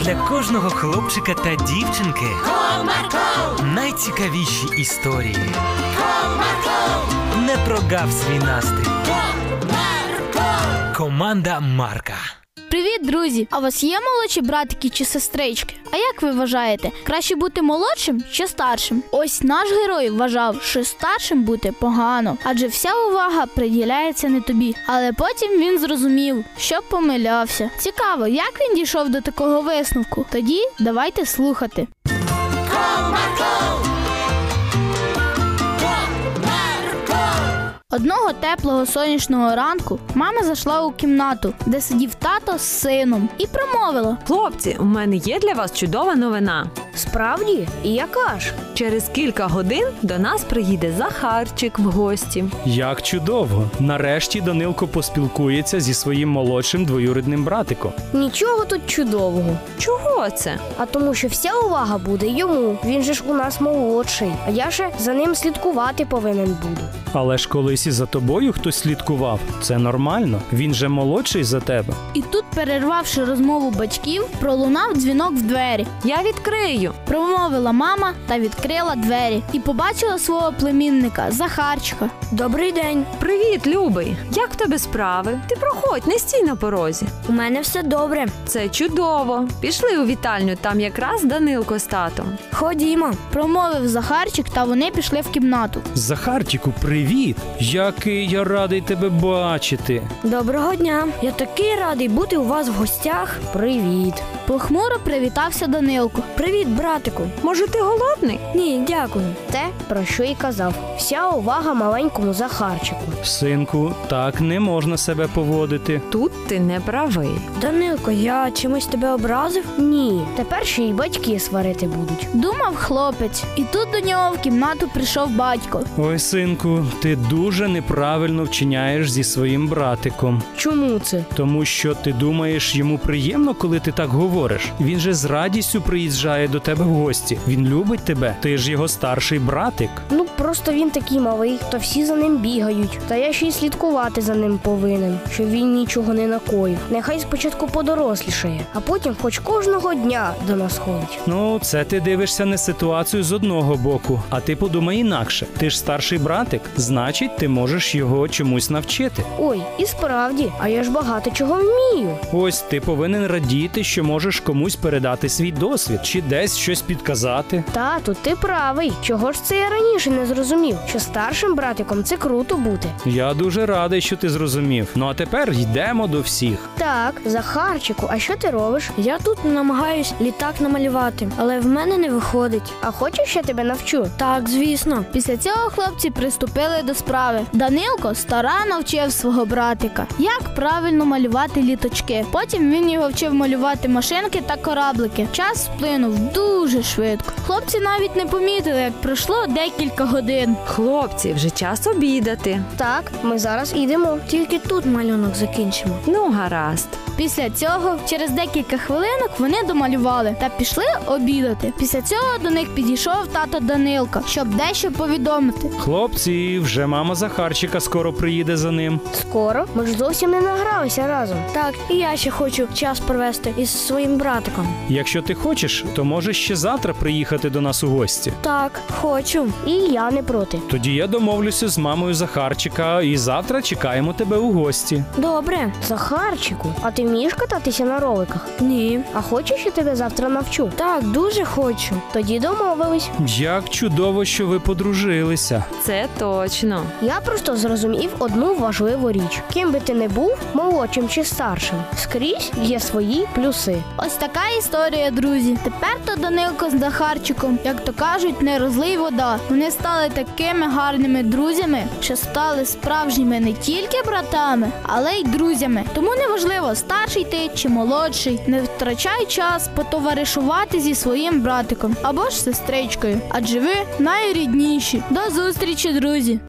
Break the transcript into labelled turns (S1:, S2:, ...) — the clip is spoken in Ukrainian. S1: для кожного хлопчика та дівчинки
S2: Comarco,
S1: найцікавіші історії.
S2: comarco,
S1: Не прогав свій настрій.
S2: comarco.
S1: Команда Марка.
S3: Привіт, друзі! А у вас є молодші братики чи сестрички? А як ви вважаєте, краще бути молодшим чи старшим? Ось наш герой вважав, що старшим бути погано, адже вся увага приділяється не тобі. Але потім він зрозумів, що помилявся. Цікаво, як він дійшов до такого висновку. Тоді давайте слухати. Одного теплого сонячного ранку мама зайшла у кімнату, де сидів тато з сином, і промовила:
S4: Хлопці, у мене є для вас чудова новина.
S5: Справді, і яка ж?
S4: Через кілька годин до нас приїде Захарчик в гості.
S6: Як чудово! Нарешті Данилко поспілкується зі своїм молодшим двоюрідним братиком.
S5: Нічого тут чудового.
S4: Чого це?
S5: А тому, що вся увага буде йому. Він же ж у нас молодший, а я ще за ним слідкувати повинен буду.
S6: Але ж колись і за тобою хтось слідкував. Це нормально. Він же молодший за тебе.
S3: І тут, перервавши розмову батьків, пролунав дзвінок в двері.
S4: Я відкрию.
S3: Промовила мама та відкрила двері і побачила свого племінника Захарчика.
S5: Добрий день.
S4: Привіт, любий! Як в тебе справи? Ти проходь, не стій на порозі.
S5: У мене все добре.
S4: Це чудово. Пішли у вітальню, там якраз Данилко з татом.
S5: Ходімо.
S3: Промовив Захарчик, та вони пішли в кімнату.
S6: Захарчику, привіт! Який я радий тебе бачити.
S5: Доброго дня. Я такий радий бути у вас в гостях. Привіт.
S3: Похмуро привітався Данилко.
S5: Привіт, братику.
S4: Може, ти голодний?
S5: Ні, дякую. Те, про що і казав. Вся увага маленькому Захарчику.
S6: Синку, так не можна себе поводити.
S4: Тут ти не правий.
S5: Данилко, я чимось тебе образив? Ні. Тепер ще й батьки сварити будуть.
S3: Думав хлопець, і тут до нього в кімнату прийшов батько.
S6: Ой, синку, ти дуже неправильно вчиняєш зі своїм братиком,
S5: Чому це?
S6: тому що ти думаєш, йому приємно, коли ти так говориш. Він же з радістю приїжджає до тебе в гості. Він любить тебе. Ти ж його старший братик.
S5: Ну просто він такий малий, то всі за ним бігають. Та я ще й слідкувати за ним повинен, щоб він нічого не накоїв. Нехай спочатку подорослішає, а потім хоч кожного дня до нас ходить.
S6: Ну, це ти дивишся на ситуацію з одного боку, а ти подумай інакше. Ти ж старший братик, значить, ти можеш його чомусь навчити.
S5: Ой, і справді, а я ж багато чого вмію.
S6: Ось ти повинен радіти, що можеш комусь передати свій досвід чи десь щось підказати.
S5: Тату, ти правий. Чого ж це я раніше не зрозумів? Що старшим братиком це круто бути.
S6: Я дуже радий, що ти зрозумів. Ну а тепер йдемо до всіх.
S5: Так, Захарчику, а що ти робиш? Я тут намагаюсь літак намалювати, але в мене не виходить. А хочеш, я тебе навчу? Так, звісно.
S3: Після цього хлопці приступили до справи. Данилко старанно вчив свого братика, як правильно малювати літочки. Потім він його вчив малювати машинки та кораблики. Час сплинув дуже швидко. Хлопці навіть не помітили, як пройшло декілька годин.
S4: Хлопці, вже час обідати.
S5: Так, ми зараз йдемо. Тільки тут малюнок закінчимо.
S4: Ну, гаразд.
S3: Після цього, через декілька хвилинок, вони домалювали та пішли обідати. Після цього до них підійшов тато Данилка, щоб дещо повідомити.
S6: Хлопці, вже мама Захарчика скоро приїде за ним.
S5: Скоро ми ж зовсім не награлися разом. Так, і я ще хочу час провести із своїм братиком.
S6: Якщо ти хочеш, то можеш ще завтра приїхати до нас у гості.
S5: Так, хочу. І я не проти.
S6: Тоді я домовлюся з мамою Захарчика і завтра чекаємо тебе у гості.
S5: Добре, Захарчику, а ти вмієш кататися на роликах? Ні. А хочеш, я тебе завтра навчу? Так, дуже хочу. Тоді домовились.
S6: Як чудово, що ви подружилися.
S4: Це точно.
S5: Я просто зрозумів одну важливу річ: ким би ти не був, молодшим чи старшим, скрізь є свої плюси.
S3: Ось така історія, друзі. Тепер то Данилко з Захарчиком, як то кажуть, не розлий вода. Вони стали такими гарними друзями, що стали справжніми не тільки братами, але й друзями. Тому неважливо, старший ти чи молодший, не втрачай час потоваришувати зі своїм братиком або ж сестричкою, адже ви найрідніші. До зустрічі, друзі!